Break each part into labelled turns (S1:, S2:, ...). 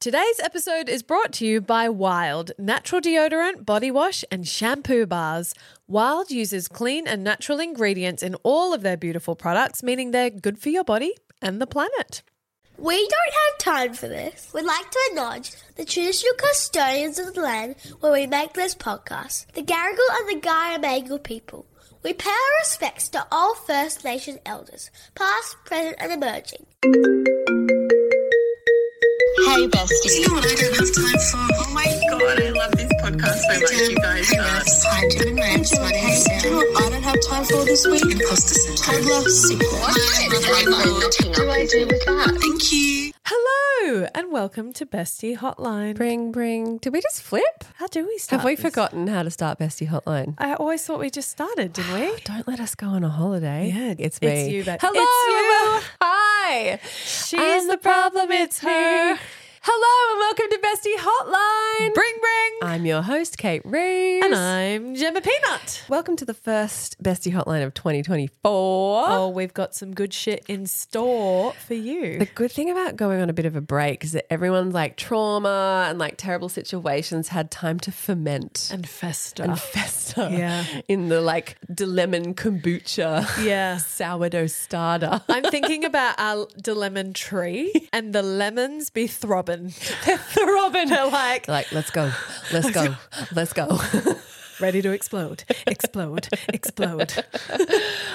S1: Today's episode is brought to you by Wild natural deodorant, body wash, and shampoo bars. Wild uses clean and natural ingredients in all of their beautiful products, meaning they're good for your body and the planet.
S2: We don't have time for this. We'd like to acknowledge the traditional custodians of the land where we make this podcast, the Garigal and the Guyamagal people. We pay our respects to all First Nation elders, past, present, and emerging.
S3: Hey bestie.
S4: God, I don't have time for. Oh my god, I love this podcast so much, you guys. Uh,
S3: Time to manage my I don't have time for this week.
S4: imposter syndrome.
S3: Toddler sickness.
S4: What do I do with that? Thank you.
S1: Hello, and welcome to Bestie Hotline.
S5: Bring, bring. Did we just flip?
S1: How do we start?
S5: Have we
S1: this?
S5: forgotten how to start Bestie Hotline?
S1: I always thought we just started, didn't we?
S5: Don't let us go on a holiday.
S1: Yeah,
S5: it's
S1: it's
S5: me.
S1: you, babe.
S5: Hello.
S1: It's you.
S5: Hi.
S1: She's
S5: I'm
S1: the problem, it's
S5: me.
S1: her.
S5: Hello and welcome to Bestie Hotline.
S1: Bring, bring.
S5: I'm your host, Kate Reeves.
S1: and I'm Gemma Peanut.
S5: Welcome to the first Bestie Hotline of 2024.
S1: Oh, we've got some good shit in store for you.
S5: The good thing about going on a bit of a break is that everyone's like trauma and like terrible situations had time to ferment
S1: and festa.
S5: and fester
S1: Yeah.
S5: in the like de lemon kombucha
S1: Yeah.
S5: sourdough starter.
S1: I'm thinking about our the lemon tree and the lemons be throbbing. They're throbbing. They're like,
S5: like, let's go, let's go, let's go.
S1: ready to explode, explode, explode.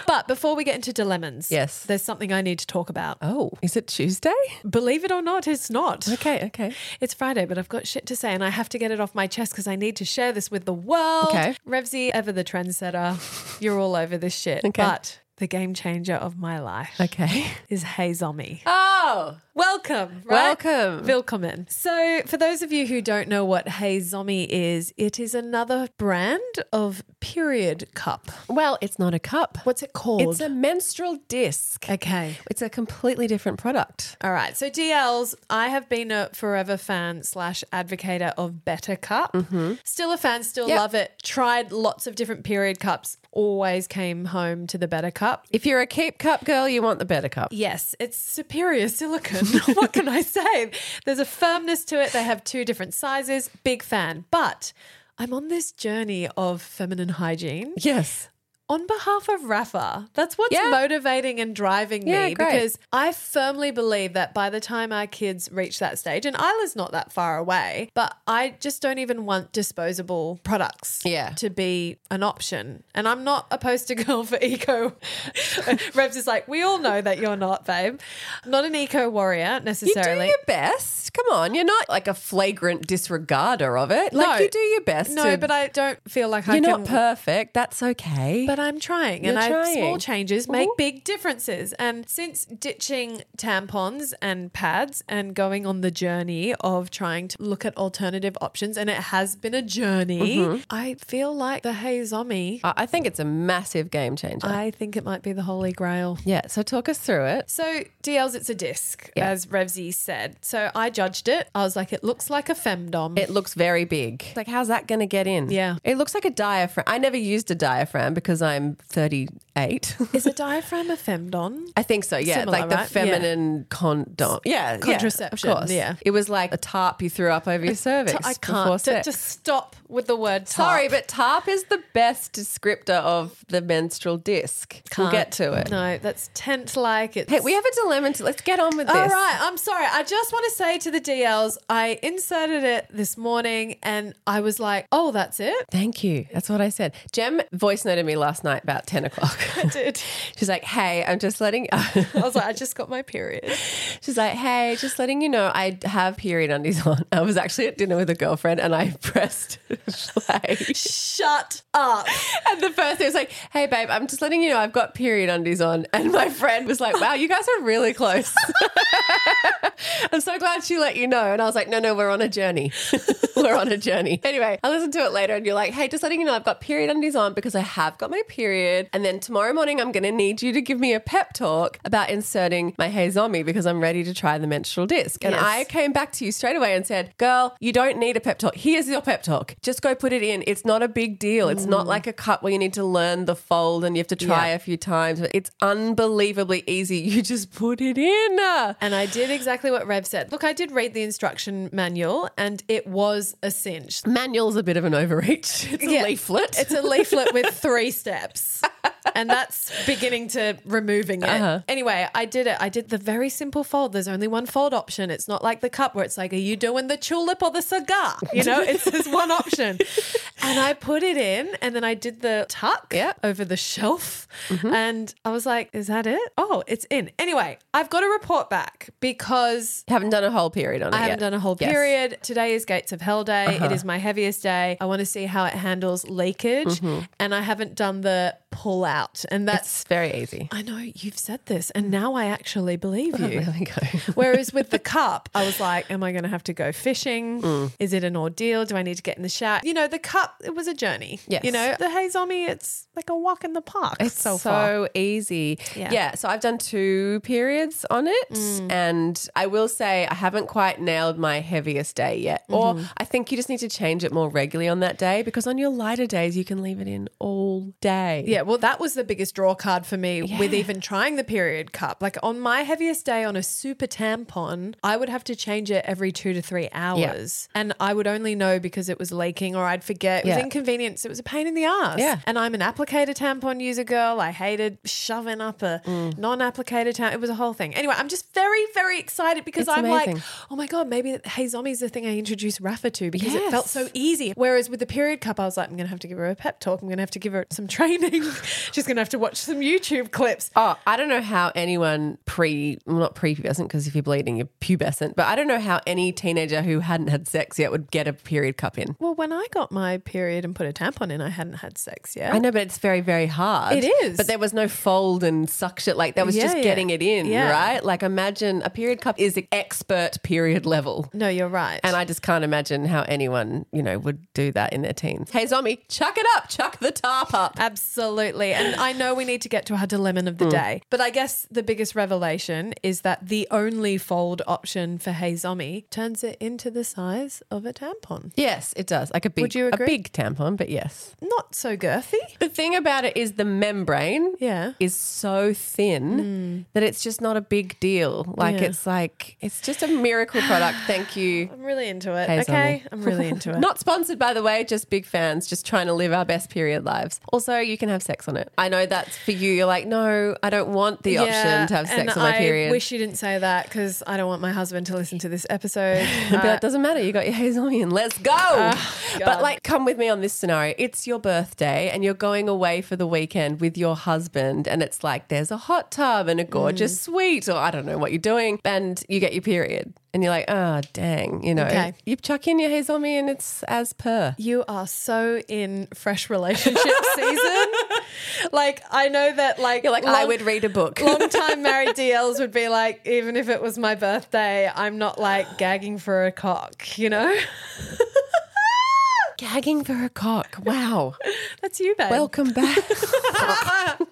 S1: but before we get into dilemmas,
S5: Yes.
S1: there's something I need to talk about.
S5: oh, is it Tuesday?
S1: Believe it or not, it's not.
S5: Okay, okay.
S1: It's Friday, but I've got shit to say and I have to get it off my chest because I need to share this with the world.
S5: Okay.
S1: Revsy, ever the trendsetter, you're all over this shit.
S5: Okay.
S1: But the game changer of my life
S5: Okay.
S1: is Hazomi.
S5: Oh,
S1: Welcome. Right?
S5: Welcome.
S1: Willkommen. So, for those of you who don't know what Hey Zombie is, it is another brand of period cup.
S5: well, it's not a cup.
S1: What's it called?
S5: It's a menstrual disc.
S1: okay.
S5: It's a completely different product.
S1: All right. So, DLs, I have been a forever fan slash advocator of Better Cup. Still a fan, still
S5: Yep.
S1: love it. Tried lots of different period cups, always came home to the Better Cup.
S5: If you're a keep cup girl, you want the better cup.
S1: Yes, it's superior silicone. what can I say? There's a firmness to it. They have two different sizes. Big fan. But I'm on this journey of feminine hygiene
S5: Yes.
S1: on behalf of Rafa. That's what's
S5: Yeah.
S1: motivating and driving
S5: Yeah,
S1: me
S5: great.
S1: because I firmly believe that by the time our kids reach that stage, and Isla's not that far away, but I just don't even want disposable products
S5: Yeah.
S1: to be an option. And I'm not a poster girl for eco. Revs is like, we all know that you're not, babe. I'm not an eco warrior
S5: You do
S1: necessarily.
S5: your best. Come on. You're not like a flagrant disregarder of it. Like,
S1: No.
S5: you do your best.
S1: no,
S5: to-
S1: but I don't feel like I
S5: You're
S1: can
S5: not perfect. That's okay.
S1: But I'm trying, and
S5: You're
S1: I, small
S5: trying. Mm-hmm.
S1: changes make big differences. And since ditching tampons and pads and going on the journey of trying to look at alternative options, and it has been a journey,
S5: Mm-hmm.
S1: I feel like the Hey Zombie,
S5: I I think it's a massive game changer.
S1: I think it might be the holy grail.
S5: yeah. So talk us through it.
S1: So DLs, it's a disc,
S5: Yeah.
S1: as Revsy said. So I judged it. I was like, it looks like a femdom.
S5: It looks very big. Like, how's that going to get in?
S1: Yeah.
S5: It looks like a diaphragm. I never used a diaphragm because I'm 38.
S1: Is a diaphragm a femdom?
S5: I think so, yeah.
S1: Similar,
S5: like the
S1: right?
S5: feminine condom. Yeah. yeah,
S1: Contraception,
S5: of course.
S1: yeah.
S5: It was like a tarp you threw up over your cervix.
S1: I
S5: before
S1: can't. D-
S5: sex.
S1: Just stop with the word.
S5: Sorry,
S1: tarp.
S5: but tarp is the best descriptor of the menstrual disc. We'll get to it.
S1: No, that's tent like. It's
S5: Hey, we have a dilemma. To, let's get on with this.
S1: All right, I'm sorry. I just want to say to the DLs, I inserted it this morning and I was like, oh, that's it?
S5: Thank you. That's what I said. Jem voice noted me last night about 10 o'clock.
S1: I did.
S5: She's like, hey, I'm just letting.
S1: I was like, I just got my period.
S5: She's like, hey, just letting you know, I have period undies on. I was actually at dinner with a girlfriend and I pressed play.
S1: Shut up.
S5: And the first thing was like, hey, babe, I'm just letting you know I've got period undies on. And my friend was like, wow, you guys are really close. I'm so glad she let you know. And I was like, no, no, we're on a journey. we're on a journey. Anyway, I listened to it later and you're like, hey, just letting you know I've got period undies on because I have got my period. And then tomorrow morning, I'm going to need you to give me a pep talk about inserting my Heizomi because I'm ready to try the menstrual disc. And
S1: Yes.
S5: I came back to you straight away and said, Girl, you don't need a pep talk. Here's your pep talk. Just go put it in. It's not a big deal. It's not like a cut where you need to learn the fold and you have to try
S1: Mm. Yeah.
S5: a few times. It's unbelievably easy. You just put it in.
S1: And I did exactly what Rev said. Look, I did read the instruction manual and it was a cinch.
S5: Manual's a bit of an overreach. It's a
S1: Yeah.
S5: leaflet.
S1: It's a leaflet with three steps. And that's beginning to removing it.
S5: Uh-huh.
S1: Anyway, I did it. I did the very simple fold. There's only one fold option. It's not like the cup where it's like, are you doing the tulip or the cigar? You know, it's there's one option. And I put it in and then I did the tuck
S5: Yeah. Mm-hmm.
S1: over the shelf. And I was like, is that it? Oh, it's in. Anyway, I've got a report back because
S5: haven't done a whole period on it.
S1: I haven't
S5: yet.
S1: done a whole
S5: Yes. Uh-huh.
S1: period. Today is Gates of Hell Day. It is my heaviest day. I want to see how it handles leakage. And I haven't done the pull out. And that's,
S5: Mm-hmm. It's very easy.
S1: I know you've said this, and now I actually believe you.
S5: There we go.
S1: Whereas with the cup, I was like, am I going to have to go fishing?
S5: Mm.
S1: Is it an ordeal? Do I need to get in the shower? You know, the cup, it was a journey.
S5: Yes.
S1: You know, the Heizomi, it's like a walk in the park
S5: It's so,
S1: so, far.
S5: easy.
S1: Yeah. Mm.
S5: So I've done two periods on it. And I will say I haven't quite nailed my heaviest day yet.
S1: Mm-hmm.
S5: Or I think you just need to change it more regularly on that day because on your lighter days, you can leave it in all day.
S1: Yeah, well, that was the biggest draw card for me with even trying the period cup. Like on my heaviest day on a super tampon, I would have to change it every two to three hours. And I would only know because it was leaking or I'd forget. It was
S5: Yeah.
S1: inconvenience. It was a pain in the ass.
S5: Yeah.
S1: And I'm an applicator tampon user girl. I hated shoving up a
S5: Mm.
S1: non applicator tampon. It was a whole thing. Anyway, I'm just very, very excited because
S5: It's
S1: I'm
S5: amazing.
S1: like, oh my God, maybe Hey Zombie's the thing I introduced Rafa to because it
S5: Yes.
S1: felt so easy. Whereas with the period cup, I was like, I'm going to have to give her a pep talk. I'm going to have to give her some training. She's going to have to watch some YouTube clips.
S5: Oh, I don't know how anyone pre, well, not prepubescent, because if you're bleeding, you're pubescent, but I don't know how any teenager who hadn't had sex yet would get a period cup in.
S1: Well, when I got my period and put a tampon in, I hadn't had sex yet.
S5: I know, but it's very, very hard.
S1: It is.
S5: But there was no fold and suction. Like, that was
S1: Yeah,
S5: just
S1: yeah.
S5: getting it in,
S1: Yeah.
S5: right? Like, imagine a period cup is the expert period level.
S1: No, you're right.
S5: And I just can't imagine how anyone, you know, would do that in their teens. Hey, zombie, chuck it up. Chuck the tarp up.
S1: Absolutely. And I know we need to get to our dilemma
S5: Mm.
S1: of the day. But I guess the biggest revelation is that the only fold option for Hey Zombie turns it into the size of a tampon.
S5: Yes, it does. Like a big,
S1: Would you agree?
S5: a big tampon, but yes.
S1: Not so girthy.
S5: The thing about it is the membrane
S1: Yeah.
S5: is so thin that it's just not a big deal. Like
S1: Mm. Yeah.
S5: it's like it's just a miracle product. Thank you.
S1: I'm really into it.
S5: Hey,
S1: okay.
S5: Zombie.
S1: I'm really into it.
S5: Not sponsored, by the way, just big fans, just trying to live our best period lives. Also, you can have sex on it. I know that's for you. You're like, no, I don't want the option to have sex
S1: and
S5: on my
S1: I
S5: period.
S1: wish you didn't say that because I don't want my husband to listen to this episode.
S5: but that doesn't matter. You got your hazel in. Let's go.
S1: uh, Ah, God.
S5: but like, come with me on this scenario. It's your birthday and you're going away for the weekend with your husband, and it's like there's a hot tub and a gorgeous
S1: Mm.
S5: suite, or I don't know what you're doing, and you get your period. And you're like, oh, dang, you know,
S1: Okay.
S5: you chuck in your hazel me and it's as per.
S1: You are so in fresh relationship season. like I know that like
S5: You're like, I
S1: long-
S5: would read a book.
S1: Long time married DLs would be like, even if it was my birthday, I'm not like gagging for a cock, you know?
S5: Gagging for a cock. Wow.
S1: That's you, babe.
S5: Welcome back.
S1: All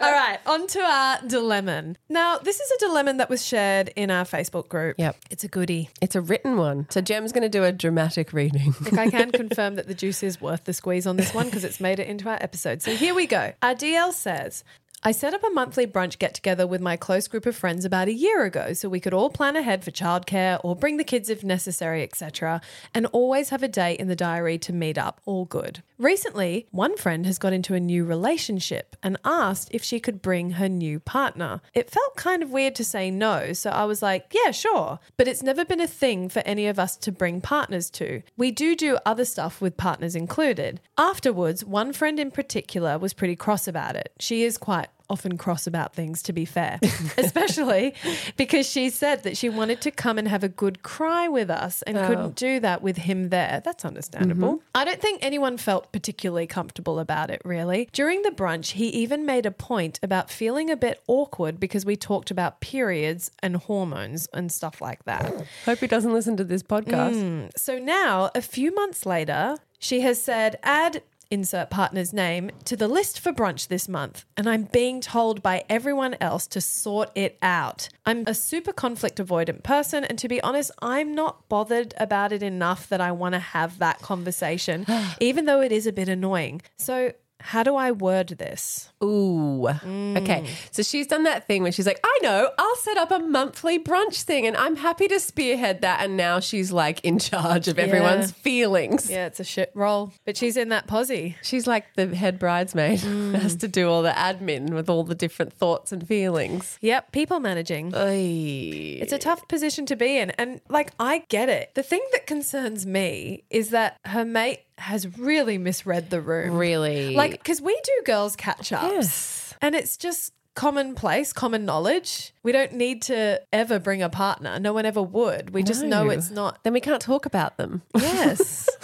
S1: right, on to our dilemma. Now, this is a dilemma that was shared in our Facebook group.
S5: Yep.
S1: It's a goodie.
S5: it's a written one. So Jem's going to do a dramatic reading.
S1: Look, I can confirm that the juice is worth the squeeze on this one because it's made it into our episode. So here we go. Our DL says, I set up a monthly brunch get together with my close group of friends about a year ago so we could all plan ahead for childcare or bring the kids if necessary, etc., and always have a day in the diary to meet up. All good. Recently, one friend has got into a new relationship and asked if she could bring her new partner. It felt kind of weird to say no, so I was like, yeah, sure. But it's never been a thing for any of us to bring partners to. We do do other stuff with partners included. Afterwards, one friend in particular was pretty cross about it. She is quite often cross about things, to be fair, especially because she said that she wanted to come and have a good cry with us and couldn't do that with him there. That's understandable. I don't think anyone felt particularly comfortable about it, really. During the brunch, he even made a point about feeling a bit awkward because we talked about periods and hormones and stuff like that.
S5: Hope he doesn't Mm.
S1: Mm.
S5: listen to this podcast.
S1: So now, a few months later, she has said, add insert partner's name to the list for brunch this month, and I'm being told by everyone else to sort it out. I'm a super conflict avoidant person, and to be honest, I'm not bothered about it enough that I want to have that conversation, even though it is a bit annoying. So, how do I word this?
S5: Ooh. Okay. So she's done that thing where she's like, I know, I'll set up a monthly brunch thing and I'm happy to spearhead that. And now she's like in charge of everyone's feelings.
S1: Yeah, it's a shit roll, but she's in that posse.
S5: She's like the head bridesmaid, has to do all the admin with all the different thoughts and feelings.
S1: Yep, people managing. It's a tough position to be in. And like, I get it. The thing that concerns me is that her mate has really misread the room.
S5: Really?
S1: Like, because we do girls catch ups.
S5: Yes.
S1: And it's just commonplace, common knowledge. We don't need to ever bring a partner. No one ever would. We just know
S5: No.
S1: it's not.
S5: Then we can't talk about them.
S1: Yes.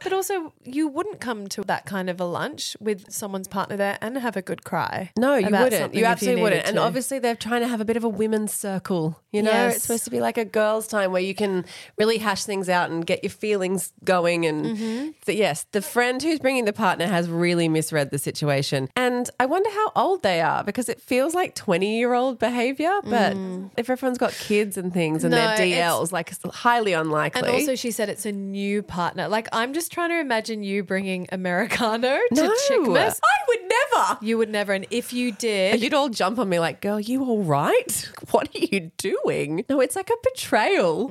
S1: But also, you wouldn't come to that kind of a lunch with someone's partner there and have a good cry.
S5: No, you
S1: about
S5: wouldn't.
S1: something
S5: You
S1: if
S5: absolutely
S1: needed
S5: wouldn't. And
S1: to.
S5: obviously, they're trying to have a bit of a women's circle. You know,
S1: Yes.
S5: it's supposed to be like a girls' time where you can really hash things out and get your feelings going. And
S1: Mm-hmm.
S5: so, yes, the friend who's bringing the partner has really misread the situation. And I wonder how old they are because it feels like 20 year old behavior. But if everyone's got kids and things and
S1: Mm. No,
S5: they're
S1: it's-
S5: DLs, like it's highly unlikely.
S1: And also, she said it's a new partner. Like, I'm just trying to imagine you bringing Americano to
S5: No.
S1: Chickmas.
S5: I would never.
S1: You would never. And if you did,
S5: You'd all jump on me like, girl, you all right? What are you doing? No, it's like a betrayal.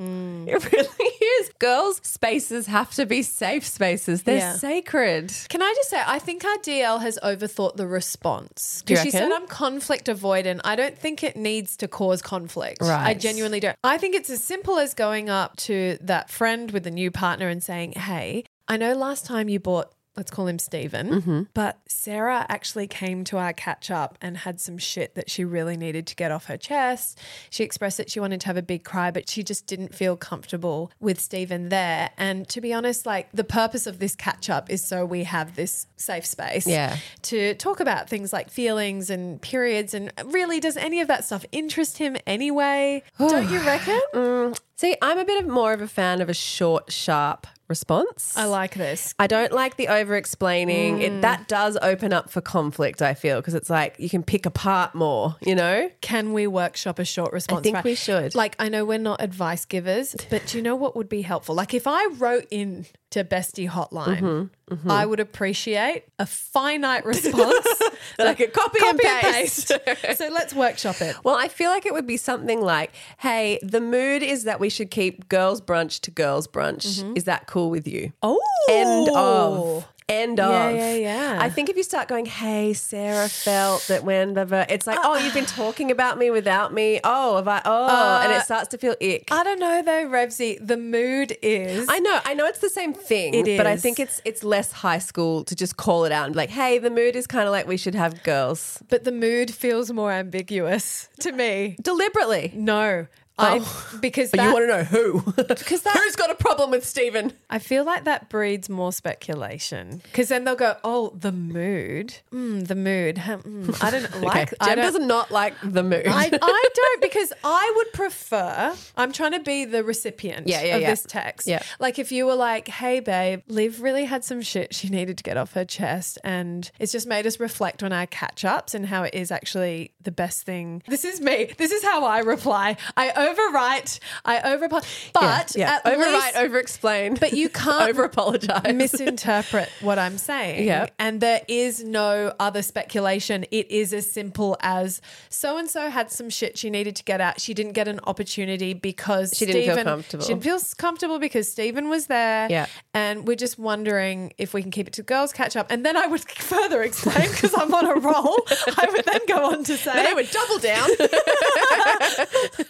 S5: It really is. Girls' spaces have to be safe spaces, they're
S1: Yeah.
S5: sacred.
S1: can I just say, I think our DL has overthought the response.
S5: Do you
S1: Because she said,
S5: reckon?
S1: I'm conflict avoidant. I don't think it needs to cause conflict. I
S5: Right.
S1: genuinely don't. I think it's as simple as going up to that friend with a new partner and saying, hey, I know last time you bought. Let's call him Steven. But Sarah actually came to our catch up and had some shit that she really needed to get off her chest. She expressed that she wanted to have a big cry, but she just didn't feel comfortable with Steven there. And to be honest, like the purpose of this catch up is so we have this safe space
S5: Yeah.
S1: to talk about things like feelings and periods. And really, does any of that stuff interest him anyway? Don't you reckon?
S5: Mm. See, I'm a bit of more of a fan of a short, sharp response.
S1: I like this.
S5: I don't like the over explaining. It That does open up for conflict, I feel, because it's like you can pick apart more, you know?
S1: Can we workshop a short response?
S5: think
S1: Right.
S5: we should.
S1: Like, I know we're not advice givers, but do you know what would be helpful? Like, if I wrote in to Bestie Hotline,
S5: Mm-hmm,
S1: I would appreciate a finite response.
S5: Like a copy,
S1: Uh, Copy
S5: and paste.
S1: paste. so let's workshop it.
S5: Well, I feel like it would be something like, hey, the mood is that we should keep girls' brunch to girls' brunch.
S1: Mm-hmm.
S5: Is that cool with you?
S1: Oh,
S5: End of. End
S1: Yeah,
S5: of.
S1: yeah, yeah.
S5: I think if you start going, hey, Sarah felt that when, blah, blah, it's like, oh, you've
S1: Uh.
S5: been talking about me without me. Oh, have I, oh, and it starts to feel ick.
S1: I don't know though, Revsy. The mood is.
S5: I know, I know it's the same thing,
S1: It
S5: but I
S1: is.
S5: think it's it's less high school to just call it out and be like, hey, the mood is kind of like we should have girls
S1: but the mood feels more ambiguous to me.
S5: deliberately.
S1: No. I because that,
S5: to know who? Because
S1: that-
S5: who's got a problem with Stephen?
S1: I feel like that breeds more speculation because then they'll go, "Oh, the mood, mm, the mood." Huh, mm, I don't like. I
S5: Jem
S1: don't,
S5: does not like the mood.
S1: I, I don't because I would prefer. I'm trying to be the recipient
S5: Yeah, yeah,
S1: of
S5: yeah.
S1: this text.
S5: Yeah.
S1: Like if you were like, "Hey, babe, Liv really had some shit she needed to get off her chest, and it's just made us reflect on our catch ups and how it is actually the best thing." This is me. This is how I reply. I overwrite. I overply. But
S5: yeah.
S1: at
S5: overwrite,
S1: least-
S5: over explain.
S1: but you can't
S5: over apologize.
S1: misinterpret what I'm saying.
S5: Yeah.
S1: And there is no other speculation. It is as simple as so and so had some shit she needed to get out. She didn't get an opportunity because
S5: She didn't feel
S1: Stephen-
S5: comfortable.
S1: She didn't feel s- comfortable because Stephen was there.
S5: Yeah.
S1: And we're just wondering if we can keep it to girls catch up. And then I would further explain because I'm on a roll. I would then go on to say
S5: they would double down.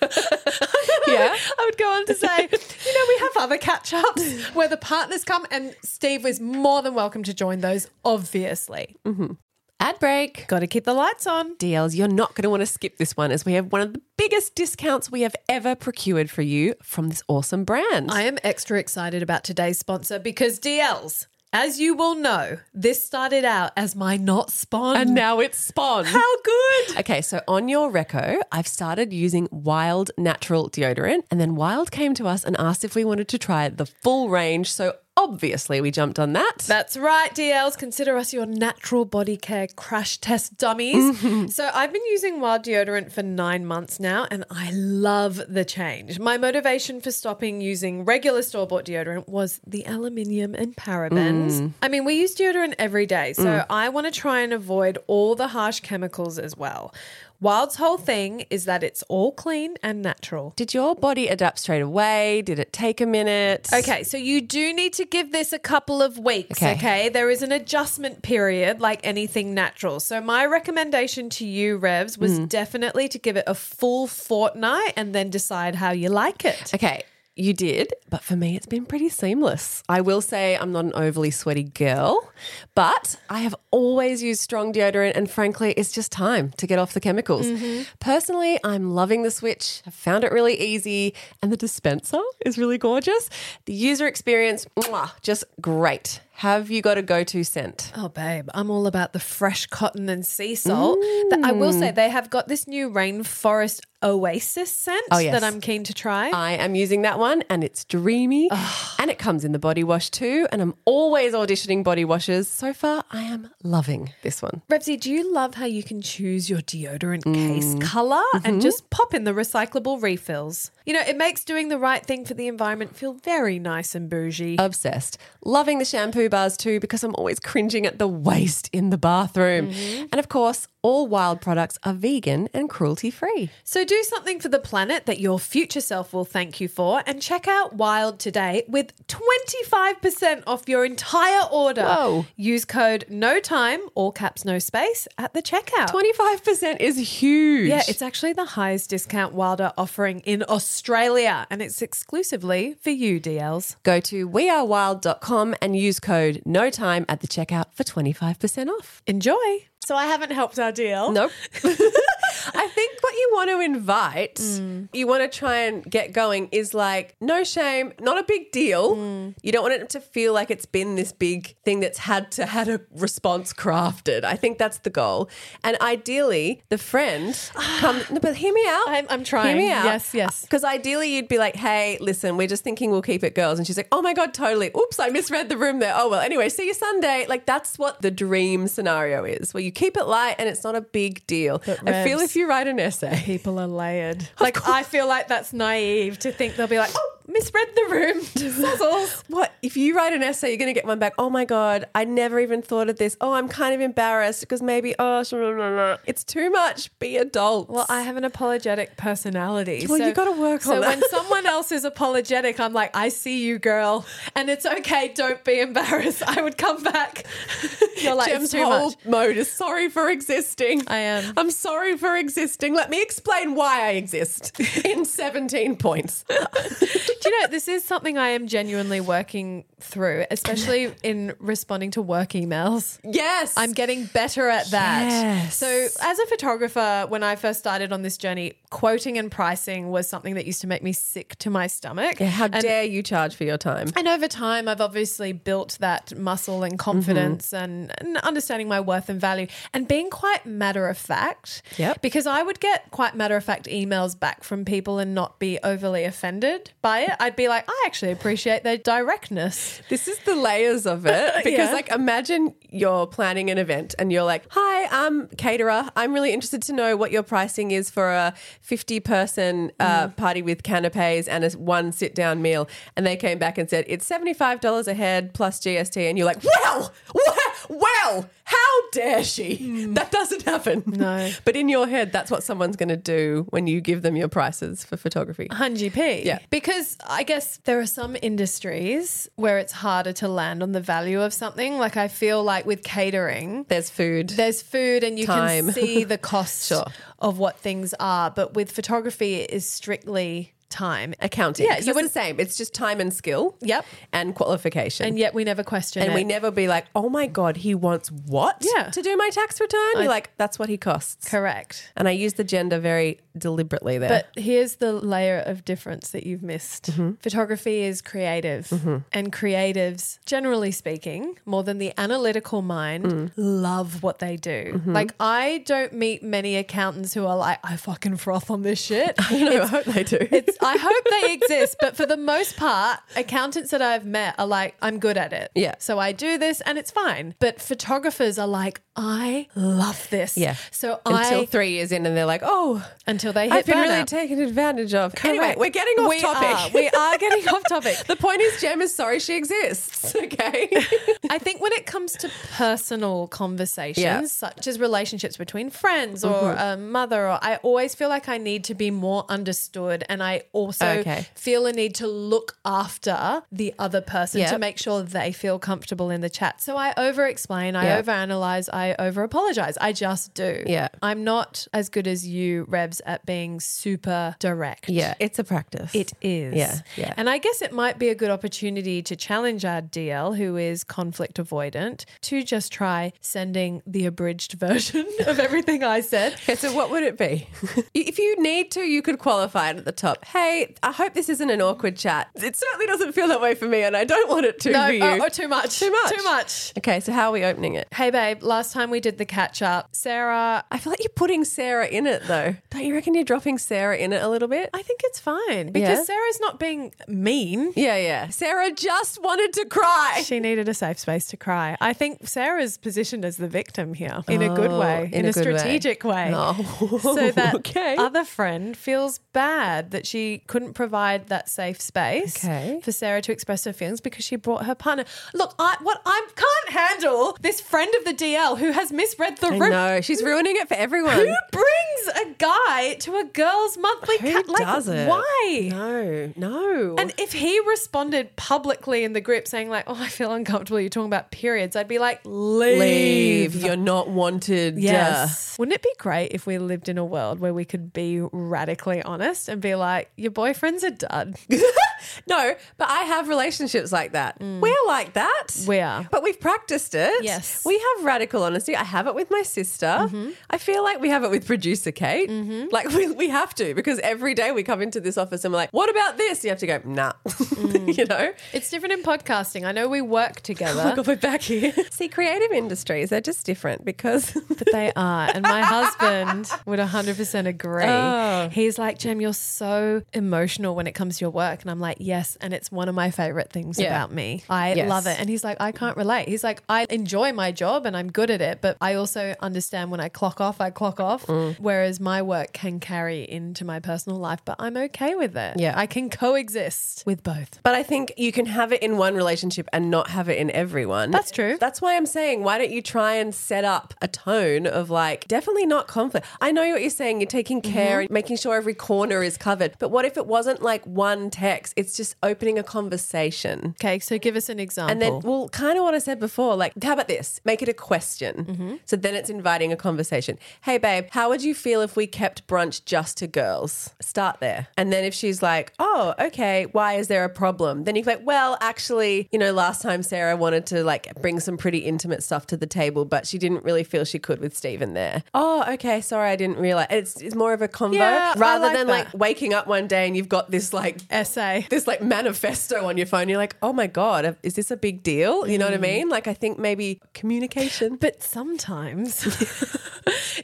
S5: yeah.
S1: I would go on to say, you know, we have other catch ups where the partners come, and Steve was more than welcome to join those, obviously.
S5: Ad break.
S1: Got to keep the lights on.
S5: Deals, you're not going to want to skip this one as we have one of the biggest discounts we have ever procured for you from this awesome brand.
S1: I am extra excited about today's sponsor because DLs, as you will know, this started out as my not spawn.
S5: and now it's Spawn.
S1: how good.
S5: Okay, so on your reco, I've started using Wild Natural Deodorant, and then Wild came to us and asked if we wanted to try the full range. So Obviously, we jumped on that.
S1: That's right, DLs. Consider us your natural body care crash test dummies. so, I've been using wild deodorant for nine months now, and I love the change. My motivation for stopping using regular store bought deodorant was the aluminium and parabens. I mean, we use deodorant every day, so I want to try and avoid all the harsh chemicals as well. Wild's whole thing is that it's all clean and natural.
S5: Did your body adapt straight away? Did it take a minute?
S1: Okay, so you do need to give this a couple of weeks, okay.
S5: Okay.
S1: There is an adjustment period like anything natural. So my recommendation to you, Revs, was
S5: Mm.
S1: definitely to give it a full fortnight and then decide how you like it.
S5: Okay, you did, but for me, it's been pretty seamless. I will say I'm not an overly sweaty girl, but I have always used strong deodorant, and frankly, it's just time to get off the chemicals. Personally, I'm loving the switch. I've found it really easy, and the dispenser is really gorgeous. The user experience, mwah, just great. Have you got a go to scent?
S1: Oh, babe, I'm all about the fresh cotton and sea salt. Th- I will
S5: Mm.
S1: say they have got this new rainforest oasis scent
S5: Oh, yes.
S1: that I'm keen to try.
S5: I am using that one and it's dreamy and it comes in the body wash too. And I'm always auditioning body washes. So far, I am loving this one.
S1: Revsy, do you love how you can choose your deodorant case color and just pop in the recyclable refills? You know, it makes doing the right thing for the environment feel very nice and bougie.
S5: Uh, Obsessed. Loving the shampoo bars too because I'm always cringing at the waste in the bathroom. And of course, all wild products are vegan and cruelty free.
S1: so do something for the planet that your future self will thank you for and check out Wild today with 25% off your entire order.
S5: Whoa.
S1: Use code no time, all caps no space at the checkout.
S5: 25% is huge.
S1: yeah, it's actually the highest discount Wild are offering in Australia, and it's exclusively for you, DLs.
S5: Go to wearewild.com and use code no time at the checkout for 25% off.
S1: Enjoy. So I haven't helped our deal.
S5: Nope. I think what you want to invite,
S1: Mm.
S5: you want to try and get going is like, no shame, not a big deal.
S1: Mm.
S5: You don't want it to feel like it's been this big thing that's had to had a response crafted. I think that's the goal. And ideally, the friend comes, no, but hear me out.
S1: I'm- I'm trying.
S5: Hear me out.
S1: Yes, yes.
S5: Because ideally, you'd be like, hey, listen, we're just thinking we'll keep it girls. And she's like, oh my God, totally. Oops, I misread the room there. Oh, well, anyway, see you Sunday. Like, that's what the dream scenario is, where you keep it light and it's not a big deal. I feel
S1: Revs-
S5: if you write an essay,
S1: People are layered. Like I feel like that's naive to think they'll be like, oh, misread the room. Sizzles.
S5: what if you write an essay, you're going to get one back. Oh my God, I never even thought of this. Oh, I'm kind of embarrassed because maybe, oh, sh- blah, blah, blah. it's too much. Be adults.
S1: Well, I have an apologetic personality.
S5: Well, you gotta work
S1: so
S5: on that.
S1: when someone else is apologetic, I'm like, I see you, girl, and it's okay. Don't be embarrassed. I would come back. You're like, it's
S5: Gem's
S1: too
S5: whole
S1: much.
S5: mode is sorry for existing.
S1: I am.
S5: I'm sorry for existing. Let me explain why I exist in 17 points.
S1: Do you know, this is something I am genuinely working through, especially in responding to work emails.
S5: yes.
S1: I'm getting better at that.
S5: Yes.
S1: So, as a photographer, when I first started on this journey, quoting and pricing was something that used to make me sick to my stomach.
S5: Yeah, how
S1: and,
S5: dare you charge for your time?
S1: and over time, I've obviously built that muscle and confidence
S5: Mm-hmm.
S1: and, and understanding my worth and value and being quite matter of fact.
S5: Yep.
S1: Because I would get quite matter of fact emails back from people and not be overly offended by it. I'd be like, I actually appreciate their directness.
S5: This is the layers of it because,
S1: Yeah.
S5: like, imagine you're planning an event and you're like, "Hi, I'm caterer. I'm really interested to know what your pricing is for a 50 person uh,
S1: Mm.
S5: party with canapes and a one sit down meal." And they came back and said it's 75 dollars a head plus GST, and you're like, "Well, well, well, how dare she? That doesn't happen."
S1: Mm. No.
S5: but in your head, that's what someone's going to do when you give them your prices for photography.
S1: 100p.
S5: Yeah.
S1: Because I guess there are some industries where it's harder to land on the value of something. Like I feel like with catering,
S5: There's food.
S1: there's food and you can
S5: Time.
S1: see the cost
S5: Sure.
S1: of what things are. But with photography, it is strictly time.
S5: accounting.
S1: Yeah,
S5: 'Cause
S1: you
S5: that's the same. It's just time and skill.
S1: Yep.
S5: And qualification.
S1: And yet we never question
S5: And
S1: it.
S5: we never be like, oh my God, he wants what
S1: Yeah.
S5: to do my tax return? You're like, that's what he costs.
S1: Correct.
S5: And I use the gender very deliberately there.
S1: But here's the layer of difference that you've missed.
S5: Mm-hmm.
S1: Photography is creative, and creatives, generally speaking, more than the analytical mind,
S5: Mm.
S1: love what they do.
S5: Mm-hmm.
S1: Like, I don't meet many accountants who are like, I fucking froth on this shit.
S5: I hope they do.
S1: It's I hope they exist, but for the most part, accountants that I've met are like, I'm good at it.
S5: Yeah.
S1: So I do this and it's fine. But photographers are like, I love this.
S5: Yeah.
S1: So
S5: Until
S1: I
S5: three years in, and they're like, "Oh,
S1: until they hit
S5: I've been really
S1: burnout.
S5: taken advantage of." Anyway,
S1: Correct.
S5: we're getting off
S1: We
S5: topic.
S1: are. We are getting off topic.
S5: the point is, Jem is sorry she exists. Okay.
S1: I think when it comes to personal conversations,
S5: Yeah. Mm-hmm.
S1: such as relationships between friends or a mother, or I always feel like I need to be more understood, and I also
S5: Okay.
S1: feel a need to look after the other person
S5: Yep.
S1: to make sure they feel comfortable in the chat. So I over-explain, I
S5: Yeah.
S1: over-analyze, I over-apologize. I just do.
S5: Yeah.
S1: I'm not as good as you, Rebs, at being super direct.
S5: yeah, it's a practice.
S1: It is.
S5: Yeah, yeah.
S1: And I guess it might be a good opportunity to challenge our DL, who is conflict avoidant, to just try sending the abridged version of everything I said.
S5: Okay, so what would it be? if you need to, you could qualify it at the top. Hey, I hope this isn't an awkward chat. It certainly doesn't feel that way for me, and I don't want it to
S1: No,
S5: for you.
S1: oh, oh, too much.
S5: Too much.
S1: Too much.
S5: Okay, so how are we opening it?
S1: Hey, babe, last time we did the catch up, Sarah,
S5: I feel like you're putting Sarah in it though. Don't you reckon you're dropping Sarah in it a little bit?
S1: I think it's fine because
S5: Yeah.
S1: Sarah's not being mean.
S5: Yeah, yeah. Sarah just wanted to cry.
S1: She needed a safe space to cry. I think Sarah's positioned as the victim here in a good
S5: Oh,
S1: way, in,
S5: in
S1: a,
S5: a good way.
S1: strategic way.
S5: Oh,
S1: so that
S5: okay.
S1: other friend feels bad that she couldn't provide that safe space
S5: Okay.
S1: for Sarah to express her feelings because she brought her partner. Look, I what I can't handle this friend of the DL who has misread the
S5: I
S1: room.
S5: know. She's ruining it for everyone.
S1: Who brings a guy to a girl's monthly
S5: Who
S1: cat? Like,
S5: does it?
S1: why?
S5: No, no.
S1: And if he responded publicly in the group saying like, "Oh, I feel uncomfortable," you're talking about periods. I'd be like, "Leave."
S5: leave. You're not wanted.
S1: Yes. Wouldn't it be great if we lived in a world where we could be radically honest and be like, "Your boyfriend's a dud."
S5: No, but I have relationships like that. We're like that.
S1: We are.
S5: But we've practiced it.
S1: Yes.
S5: We have radical honesty. I have it with my sister. I feel like we have it with producer Kate. Like we, we have to because every day we come into this office and we're like, what about this? You have to go, nah. you know?
S1: it's different in podcasting. I know we work
S5: Oh my
S1: together,
S5: God, we're back here. See, creative industries, they're just different because
S1: but they are, and my husband would 100% agree.
S5: Oh.
S1: He's like, "Jem, you're so emotional when it comes to your work," and I'm like, "Yes," and it's one of my favorite things
S5: Yeah.
S1: about me. I
S5: Yes.
S1: love it. And he's like, "I can't relate." He's like, "I enjoy my job and I'm good at it, but I also understand when I clock off, I clock off."
S5: Mm.
S1: Whereas my work can carry into my personal life, but I'm okay with it.
S5: Yeah.
S1: I can coexist with both.
S5: But I think you can have it in one relationship and not have it in everyone.
S1: That's true.
S5: That's why I'm saying, why don't you try and set up a tone of like, definitely not conflict. I know what you're saying. You're taking
S1: Mm-hmm.
S5: care and making sure every corner is covered. But what if it wasn't like one text? It's just opening a conversation.
S1: Okay, so give us an example.
S5: And then, well, kind of what I said before, like, how about this? Make it a question.
S1: Mm-hmm.
S5: So then it's inviting a conversation. Hey, babe, how would you feel if we kept brunch just to girls? Start there. And then if she's like, oh, okay, why is there a problem? Then you're like, well, actually, you know, last time Sarah wanted to like bring some pretty intimate stuff to the table, but she didn't really feel she could with Stephen there. Oh, okay, sorry, I didn't realize. It's, it's more of a convo
S1: Yeah, I
S5: rather
S1: like
S5: than
S1: that.
S5: like waking up one day and you've got this like
S1: essay.
S5: this like manifesto on your phone. You're like, oh my God, is this a big deal? You know what I mean? Like, I think maybe communication.
S1: But sometimes,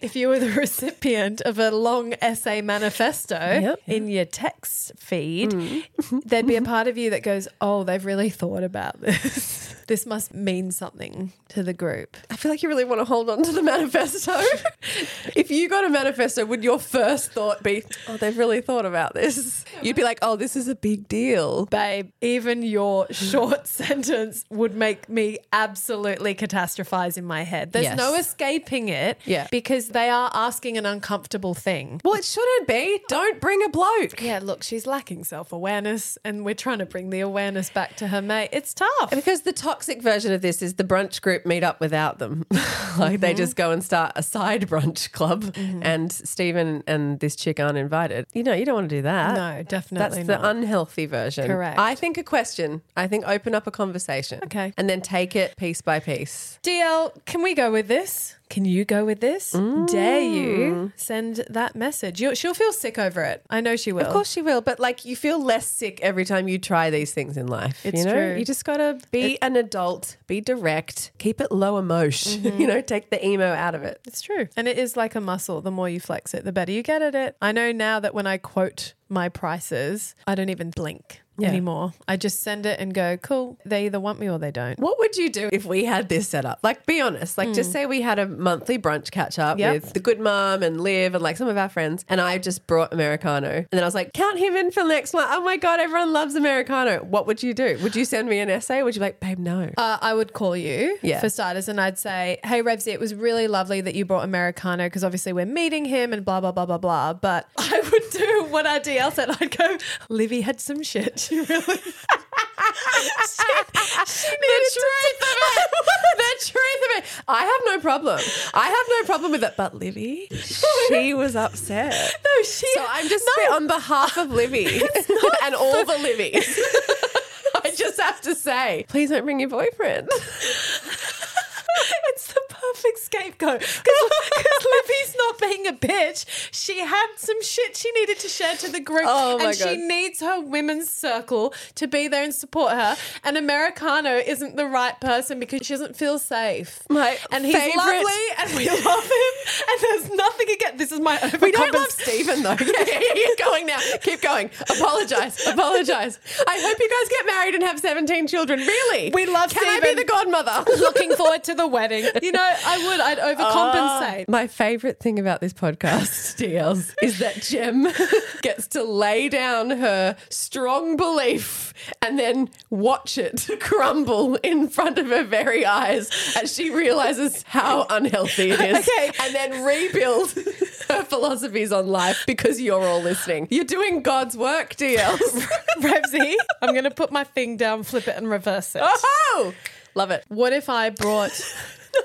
S1: if you were the recipient of a long essay manifesto
S5: Yep. Mm.
S1: in your text feed, there'd be a part of you that goes, Oh, they've really thought about this. this must mean something to the group.
S5: I feel like you really want to hold on to the manifesto. if you got a manifesto, would your first thought be, oh, they've really thought about this? You'd be like, oh, this is a big deal.
S1: Babe, even your short sentence would make me absolutely catastrophize in my head. There's
S5: Yes.
S1: no escaping it
S5: Yeah.
S1: because they are asking an uncomfortable thing.
S5: Well, it shouldn't be. Don't bring a bloke.
S1: Yeah, look, she's lacking self awareness, and we're trying to bring the awareness back to her mate. It's tough.
S5: Because the toxic version of this is the brunch group meet up without them. like
S1: Mm-hmm.
S5: they just go and start a side brunch club and Stephen and this chick aren't invited. You know, you don't want to do that.
S1: No, definitely
S5: That's
S1: not.
S5: the unhealthy version.
S1: Correct.
S5: I think a question. I think open up a conversation.
S1: Okay.
S5: And then take it piece by piece.
S1: DL, can we go with this? Can you go with this?
S5: Mm.
S1: Dare you send that message? You'll, she'll feel sick over it. I know she will.
S5: Of course she will, but like you feel less sick every time you try these things in life.
S1: It's
S5: you know?
S1: true.
S5: You just gotta be an adult, be direct, keep it low emotion.
S1: Mm-hmm.
S5: you know, take the emo out of it.
S1: It's true. And it is like a muscle. The more you flex it, the better you get at it. I know now that when I quote my prices, I don't even blink anymore. I just send it and go, cool. They either want me or they don't.
S5: What would you do if we had this set up? Like, be honest. Like, just say we had a monthly brunch catch up
S1: Yep.
S5: with the good mum and Liv and like some of our friends, and I just brought Americano. And then I was like, count him in for the next one. Oh my God, everyone loves Americano. What would you do? Would you send me an essay? Would you be like, babe, no?
S1: Uh, I would call you
S5: Yeah.
S1: for starters, and I'd say, "Hey, Revsy, it was really lovely that you brought Americano because obviously we're meeting him and blah blah blah blah blah." But I would do what our DL said. I'd go, "Livy had some shit. She really." she, she needed
S5: the truth of it. the truth of it. I have no problem. I have no problem with it. But Livy, she was upset.
S1: No, she.
S5: So I'm just
S1: no,
S5: on behalf of Livy and all the Livys. I just have to say, please don't bring your boyfriend.
S1: it's the perfect scapegoat because Libby's not being a bitch. She had some shit she needed to share to the group,
S5: Oh my
S1: and she
S5: God.
S1: needs her women's circle to be there and support her. And Americano isn't the right person because she doesn't feel safe.
S5: My
S1: and he's
S5: favourite-
S1: lovely, and we love him, and there's nothing against. This is my
S5: We don't love Stephen though. yeah, yeah, yeah, keep going now. Keep going. Apologize. Apologize. I hope you guys get married and have 17 children. Really?
S1: We love
S5: Can I
S1: Stephen.
S5: be the godmother?
S1: Looking forward to the wedding. You know, I would. I'd overcompensate.
S5: My favorite thing about this podcast, DLs, is that Jem gets to lay down her strong belief and then watch it crumble in front of her very eyes as she realizes how unhealthy it is.
S1: Okay.
S5: And then rebuild her philosophies on life because you're all listening. You're doing God's work, DLs.
S1: Revsy, I'm going to put my thing down, flip it, and reverse it.
S5: oh! Love it.
S1: What if I brought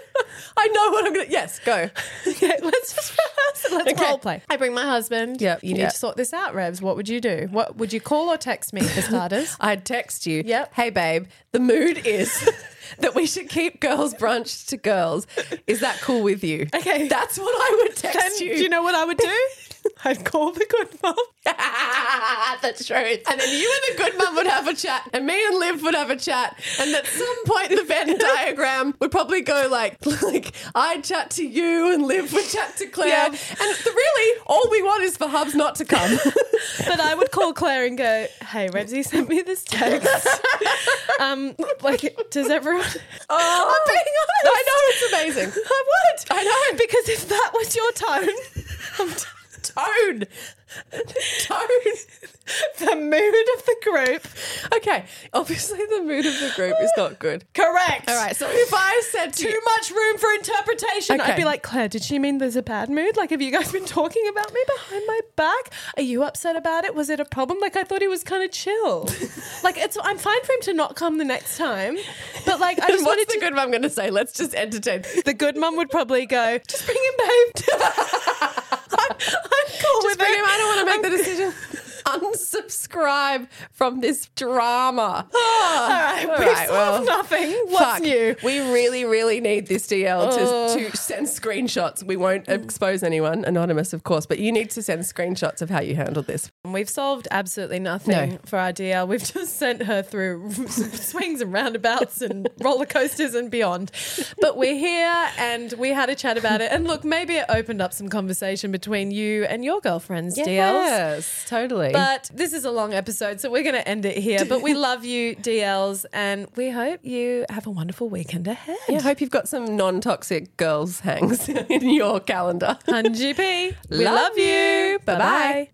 S5: I know what I'm going to. Yes, go.
S1: Okay, let's just rehearse it. Let's
S5: Okay.
S1: role play. I bring my husband.
S5: Yep.
S1: You need
S5: Yep.
S1: to sort this out, Revs. What would you do? What would you call or text me for starters?
S5: I'd text you.
S1: Yep.
S5: Hey, babe, the mood is that we should keep girls brunch to girls. Is that cool with you?
S1: Okay.
S5: That's what I would text
S1: Then do
S5: you.
S1: you know what I would do? I'd call the good mom.
S5: That's true. And then you and the good mum would have a chat, and me and Liv would have a chat. And at some point, the Venn diagram would probably go like, like I'd chat to you, and Liv would chat to Claire.
S1: Yeah.
S5: And th- really, all we want is for Hubs not to come.
S1: But I would call Claire and go, "Hey, Revsy sent me this text. um, like, does everyone?
S5: Oh.
S1: I'm being honest.
S5: I know, it's amazing.
S1: I would.
S5: I know.
S1: because if that was your tone, I'm t-
S5: Tone. Tone.
S1: the mood of the group.
S5: Okay, obviously the mood of the group is not good.
S1: Correct.
S5: All right, so if I said to
S1: too
S5: you,
S1: much room for interpretation.
S5: Okay.
S1: I'd be like, Claire, did she mean there's a bad mood? Like, have you guys been talking about me behind my back? Are you upset about it? Was it a problem? Like, I thought he was kind of chill. like, it's I'm fine for him to not come the next time, but like, I
S5: and
S1: just
S5: what's
S1: wanted
S5: the
S1: to.
S5: good I'm going to say? Let's just entertain.
S1: the good mum would probably go, just bring him, babe. I'm, I'm cool with
S5: Bring
S1: it.
S5: him, I don't want to make the
S1: I'm-
S5: decision. Unsubscribe from this drama.
S1: All right,
S5: All
S1: we
S5: right,
S1: solved
S5: well,
S1: nothing. What's
S5: Fuck.
S1: new?
S5: We really, really need this DL
S1: Ugh.
S5: to, to send screenshots. We won't expose anyone, anonymous, of course, but you need to send screenshots of how you handled this.
S1: We've solved absolutely nothing
S5: No.
S1: for our DL. We've just sent her through swings and roundabouts and roller coasters and beyond. But we're here and we had a chat about it. And look, maybe it opened up some conversation between you and your girlfriends, DLs.
S5: totally.
S1: But this is a long episode, so we're going to end it here. But we love you, DLs, and we hope you have a wonderful weekend ahead.
S5: I hope you've got some non toxic girls' hangs in your calendar.
S1: And GP, we
S5: Love
S1: love you.
S5: you.
S1: Bye
S5: Bye-bye.
S1: bye.